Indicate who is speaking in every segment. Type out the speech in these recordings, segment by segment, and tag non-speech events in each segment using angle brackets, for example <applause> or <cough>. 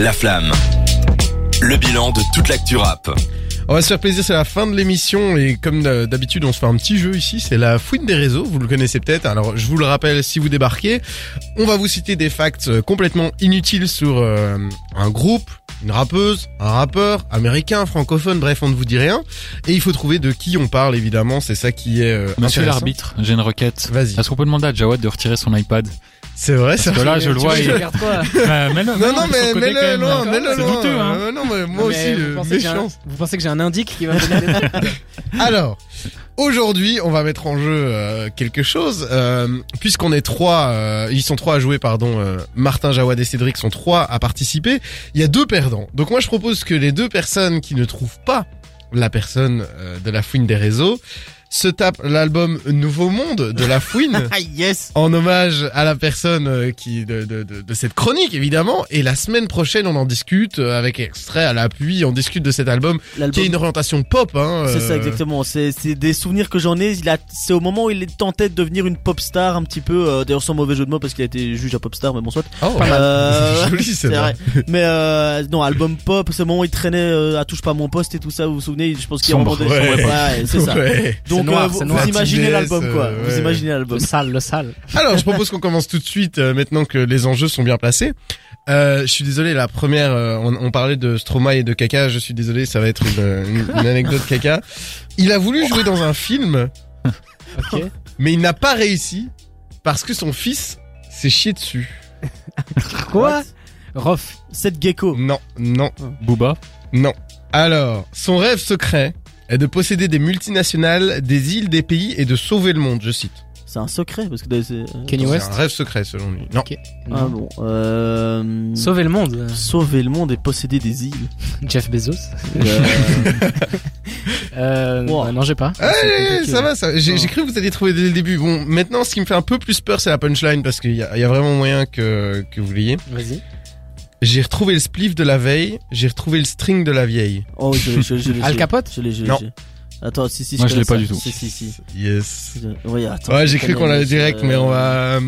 Speaker 1: La flamme. Le bilan de toute l'actu rap.
Speaker 2: On va se faire plaisir, c'est la fin de l'émission et comme d'habitude on se fait un petit jeu ici, c'est la fouine des réseaux, vous le connaissez peut-être, alors je vous le rappelle si vous débarquez, on va vous citer des facts euh, complètement inutiles sur euh, un groupe, une rappeuse, un rappeur, américain, francophone, bref on ne vous dit rien et il faut trouver de qui on parle évidemment, c'est ça qui est... euh,
Speaker 3: Monsieur
Speaker 2: intéressant.
Speaker 3: l'arbitre, j'ai une requête.
Speaker 2: Vas-y.
Speaker 3: Est-ce qu'on peut demander à Jawad de retirer son iPad
Speaker 2: C'est vrai ça
Speaker 3: Parce que
Speaker 4: Ah,
Speaker 3: là, je le vois, il...
Speaker 4: regarde pas.
Speaker 3: Euh, mets-le,
Speaker 2: Non,
Speaker 3: mets-le,
Speaker 2: non,
Speaker 3: parce qu'on
Speaker 2: mais
Speaker 3: connaît
Speaker 2: mets-le
Speaker 3: quand même,
Speaker 2: loin,
Speaker 3: euh,
Speaker 2: mets-le
Speaker 3: C'est
Speaker 2: loin.
Speaker 3: douteux, hein.
Speaker 2: Euh, non, mais moi
Speaker 4: Mais
Speaker 2: aussi,
Speaker 4: vous
Speaker 2: euh,
Speaker 4: pensez, que j'ai un,
Speaker 2: méchant.
Speaker 4: vous pensez que j'ai un indique qui va me donner <laughs> des trucs
Speaker 2: Alors, aujourd'hui, on va mettre en jeu euh, quelque chose. Euh, Puisqu'on est trois, euh, ils sont trois à jouer, pardon. euh, Martin, Jawad et Cédric sont trois à participer. Il y a deux perdants. Donc moi, je propose que les deux personnes qui ne trouvent pas la personne euh, de la fouine des réseaux se tapent l'album Nouveau Monde de la
Speaker 5: <laughs>
Speaker 2: fouine.
Speaker 4: Ah yes
Speaker 2: En hommage à la personne euh, qui de, de, de, de cette chronique évidemment et la semaine prochaine on en discute euh, avec extrait à l'appui on discute de cet album qui a
Speaker 5: L'album.
Speaker 2: une orientation pop hein,
Speaker 5: C'est ça
Speaker 2: euh,
Speaker 5: exactement. C'est c'est des souvenirs que j'en ai. Il a, c'est au moment où il tentait de devenir une pop star un petit peu. euh, D'ailleurs sans mauvais jeu de mots parce qu'il a été juge à pop star, mais bon soit.
Speaker 2: Oh,
Speaker 5: Euh,
Speaker 2: c'est joli, c'est
Speaker 5: c'est
Speaker 2: vrai. <laughs>
Speaker 5: vrai. Mais euh, non, album pop. C'est le moment où il traînait euh, à touche pas mon poste et tout ça. Vous vous souvenez Je pense qu'il y a un
Speaker 3: Sombre,
Speaker 5: moment donné-
Speaker 2: ouais.
Speaker 5: Ouais, c'est ça.
Speaker 2: Ouais.
Speaker 5: Donc
Speaker 4: noir,
Speaker 5: euh, vous,
Speaker 4: c'est noir.
Speaker 5: vous imaginez
Speaker 2: Martinez,
Speaker 5: l'album quoi.
Speaker 2: euh, ouais.
Speaker 5: Vous imaginez l'album.
Speaker 4: sale, le sale.
Speaker 2: Alors, je propose qu'on commence tout de suite, euh, maintenant que les enjeux sont bien placés. Euh, je suis désolé, la première, euh, on, on parlait de Stromae et de caca, je suis désolé, ça va être une, une- une anecdote caca. Il a voulu jouer dans un film,
Speaker 4: Ok.
Speaker 2: mais il n'a pas réussi parce que son fils s'est chié dessus.
Speaker 4: Quoi Rof.
Speaker 5: Cette gecko.
Speaker 2: Non, non,
Speaker 3: Booba,
Speaker 2: non. Alors, son rêve secret est de posséder des multinationales, des îles, des pays et de sauver le monde, je cite.
Speaker 5: C'est un secret parce que euh, c'est. euh,
Speaker 4: Kenny
Speaker 2: C'est un
Speaker 4: West.
Speaker 2: rêve secret selon lui. Non.
Speaker 5: Ah bon. Euh...
Speaker 4: Sauver le monde.
Speaker 5: Sauver le monde et posséder des
Speaker 4: <laughs>
Speaker 5: îles.
Speaker 4: Jeff Bezos.
Speaker 5: Euh,
Speaker 4: Euh,
Speaker 5: Wow.
Speaker 4: bah Non, j'ai pas. C'est
Speaker 2: Allez,
Speaker 4: compliqué.
Speaker 2: Eh,
Speaker 5: euh,
Speaker 3: euh,
Speaker 2: ça va, ça. va. J'ai
Speaker 4: Non.
Speaker 2: j'ai cru que vous alliez trouver dès le début. Bon, maintenant, ce qui me fait un peu plus peur, c'est la punchline parce qu'il y, a- il y a vraiment moyen que, que vous l'ayez.
Speaker 4: Vas-y.
Speaker 2: J'ai retrouvé le spliff de la veille, j'ai retrouvé le string de la vieille.
Speaker 5: Oh, je l'ai, je l'ai, je l'ai, je
Speaker 4: Al
Speaker 5: l'ai.
Speaker 4: Capote
Speaker 5: Je l'ai, je l'ai,
Speaker 2: Non.
Speaker 5: je l'ai. Attends, si, si,
Speaker 3: Moi, je l'ai
Speaker 5: connais
Speaker 3: pas
Speaker 5: ça.
Speaker 3: du tout.
Speaker 5: Si, si, si.
Speaker 2: Yes.
Speaker 5: Ouais, attends,
Speaker 2: Ouais,
Speaker 5: je
Speaker 2: j'ai cru
Speaker 5: connais,
Speaker 2: qu'on allait
Speaker 5: mais je-
Speaker 2: direct, mais on va. euh,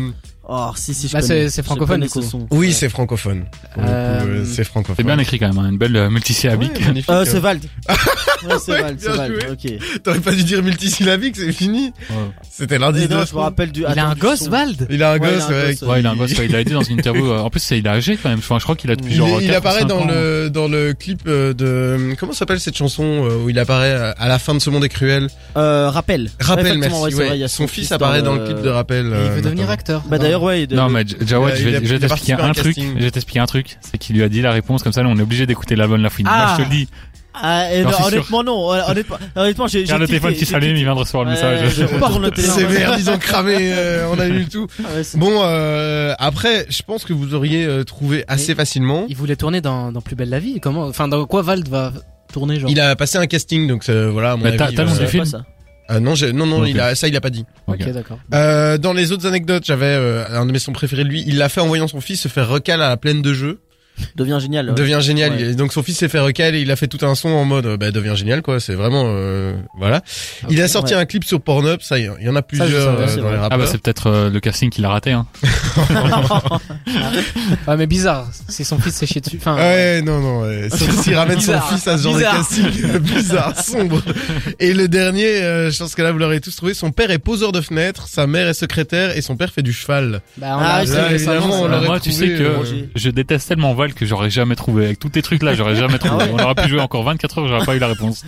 Speaker 5: Oh, si, si, je
Speaker 4: Bah,
Speaker 5: connais.
Speaker 4: c'est- c'est
Speaker 5: Je
Speaker 4: francophone,
Speaker 5: connais
Speaker 4: du coup.
Speaker 5: ce son.
Speaker 2: Oui,
Speaker 5: Ouais. Euh,
Speaker 2: c'est francophone. Pour le coup, euh,
Speaker 4: Euh,
Speaker 2: C'est
Speaker 3: c'est
Speaker 2: francophone.
Speaker 3: bien écrit quand même, hein, une belle euh, multisyllabique.
Speaker 2: Ouais, magnifique.
Speaker 5: Euh, c'est Vald. ouais, c'est
Speaker 2: Ouais,
Speaker 5: Vald, c'est
Speaker 2: bien
Speaker 5: Vald.
Speaker 2: joué.
Speaker 5: Ok.
Speaker 2: T'aurais pas dû dire multisyllabique, c'est fini.
Speaker 3: Ouais.
Speaker 2: C'était lundi.
Speaker 5: Et Eh non,
Speaker 2: de-
Speaker 5: je me rappelle du.
Speaker 4: Il a
Speaker 5: attends,
Speaker 4: un
Speaker 5: du
Speaker 4: gosse,
Speaker 5: son.
Speaker 4: Vald
Speaker 2: Il a un
Speaker 5: Ouais,
Speaker 2: gosse, ouais.
Speaker 5: gosse,
Speaker 3: Ouais, il a un gosse, ouais, il l'a dit dans une interview. euh, En plus, c'est- il a âgé quand même. Enfin, je crois qu'il a depuis
Speaker 2: Il,
Speaker 3: genre.
Speaker 2: est- il
Speaker 3: 4 ou
Speaker 2: apparaît
Speaker 3: 5
Speaker 2: dans
Speaker 3: ans.
Speaker 2: le dans le clip euh, de comment s'appelle cette chanson euh, où il apparaît à à la fin de ce monde est cruel.
Speaker 5: Euh, rappel. Ouais,
Speaker 2: Rappel,
Speaker 5: effectivement,
Speaker 2: merci.
Speaker 5: ouais, c'est
Speaker 2: ouais.
Speaker 5: vrai, il y a
Speaker 2: son, fils apparaît dans le clip de Rappel. euh,
Speaker 4: Et Il veut devenir
Speaker 2: acteur.
Speaker 4: acteur.
Speaker 5: Bah, d'ailleurs, ouais. il-
Speaker 3: Non, mais J-
Speaker 2: Il
Speaker 3: Jawad,
Speaker 2: a-
Speaker 3: je vais,
Speaker 2: il a
Speaker 3: je vais t'expliquer
Speaker 2: participé à un
Speaker 3: un truc.
Speaker 2: casting.
Speaker 3: Je vais t'expliquer un truc. C'est qu'il lui a dit la réponse, comme ça, nous, on est obligé d'écouter l'album de la fouine.
Speaker 5: Ah.
Speaker 3: Moi, je te le dis.
Speaker 5: Ah, et
Speaker 3: J'en
Speaker 5: non,
Speaker 3: suis sûr.
Speaker 5: honnêtement, non. ouais, Honnêtement, honnêtement, j'ai.
Speaker 3: Regarde le téléphone qui s'allume, il vient de recevoir le message.
Speaker 5: Je retourne le téléphone.
Speaker 2: C'est merde, ils ont cramé, euh, on a eu tout.
Speaker 5: Ah, ouais, c'est-
Speaker 2: Bon, euh, après, je pense que vous auriez euh, trouvé assez
Speaker 4: Mais-
Speaker 2: facilement.
Speaker 4: Il voulait tourner dans, dans Plus Belle la Vie. Comment Enfin, dans quoi Vald va tourner genre
Speaker 2: Il a passé un casting, donc euh, voilà. à mon
Speaker 3: Mais Bah, t'as-
Speaker 2: avis,
Speaker 3: t'as
Speaker 2: euh,
Speaker 3: le
Speaker 5: c'est
Speaker 3: du
Speaker 5: pas
Speaker 3: film.
Speaker 5: ça.
Speaker 2: euh, non, j'ai- non, non,
Speaker 3: Ok.
Speaker 2: il a, ça, il a pas dit.
Speaker 3: Ok.
Speaker 4: Ok, d'accord.
Speaker 2: Euh, dans les autres anecdotes, j'avais euh, un de mes sons préférés, de lui. Il l'a fait en voyant son fils se faire recal à la plaine de jeu.
Speaker 5: Devient génial. ouais.
Speaker 2: Devient génial.
Speaker 5: Ah Ouais.
Speaker 2: Et donc son fils s'est fait recal et il a fait tout un son en mode, euh, bah, devient génial, quoi. C'est vraiment, euh, voilà.
Speaker 4: Ah
Speaker 2: il a sorti un clip sur Pornhub. Ça, il y en a plusieurs
Speaker 4: savais,
Speaker 2: euh,
Speaker 5: c'est
Speaker 2: dans les
Speaker 5: vrai.
Speaker 2: rappeurs.
Speaker 3: Ah bah, c'est peut-être euh, le casting qu'il a raté, hein.
Speaker 4: Ouais, Ah, mais bizarre. Si son fils s'est chié dessus. Enfin,
Speaker 2: Ouais, non, non, ouais. Sauf s'il ramène son
Speaker 4: Ah Bizarre.
Speaker 2: fils à ce genre
Speaker 4: Bizarre.
Speaker 2: de casting bizarre, sombre. Et le dernier, euh, je pense que là vous l'aurez tous trouvé, son père est poseur de fenêtres, sa mère est secrétaire et son père fait du cheval.
Speaker 4: Bah, on
Speaker 5: Ah,
Speaker 4: a-
Speaker 5: oui,
Speaker 4: ça,
Speaker 5: là,
Speaker 4: récemment,
Speaker 2: évidemment,
Speaker 4: ça.
Speaker 2: on l'aurait
Speaker 3: Ah, Moi, tu
Speaker 2: trouvé,
Speaker 3: sais que
Speaker 2: euh,
Speaker 5: Roger.
Speaker 3: je déteste tellement Val que j'aurais jamais trouvé. Avec tous tes trucs là, j'aurais jamais
Speaker 2: Ah
Speaker 3: trouvé. On aurait pu jouer encore 24 heures, j'aurais pas eu la réponse.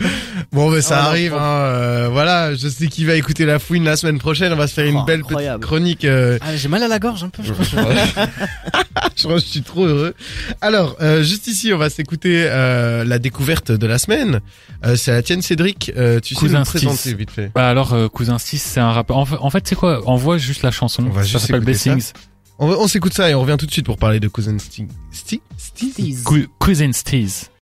Speaker 2: Bon, ben ça
Speaker 5: Ah, non,
Speaker 2: arrive,
Speaker 5: franchement.
Speaker 2: hein, euh, voilà, je sais qui va écouter la fouine la semaine prochaine, on va se faire une
Speaker 5: Oh,
Speaker 2: belle
Speaker 5: incroyable.
Speaker 2: petite chronique. euh,
Speaker 4: Ah, j'ai mal à la gorge un
Speaker 2: <laughs>
Speaker 4: peu.
Speaker 2: je crois que je suis trop heureux. Alors, euh, juste ici, on va s'écouter euh, la découverte de la semaine. Euh, c'est la tienne, Cédric. Euh, tu sais nous
Speaker 3: Cousin
Speaker 2: le
Speaker 3: Stis.
Speaker 2: présenter vite fait.
Speaker 3: Bah alors, euh, Cousin 6, c'est un rappeur. En fait, en fait, c'est quoi Envoie juste la chanson.
Speaker 2: On va
Speaker 3: ça
Speaker 2: juste
Speaker 3: s'appelle
Speaker 2: écouter ça.
Speaker 3: Blessings.
Speaker 2: On, on s'écoute ça et on revient tout de suite pour parler de Cousin Sting. Sting
Speaker 4: Tease.
Speaker 3: Cou- Cousin Steez.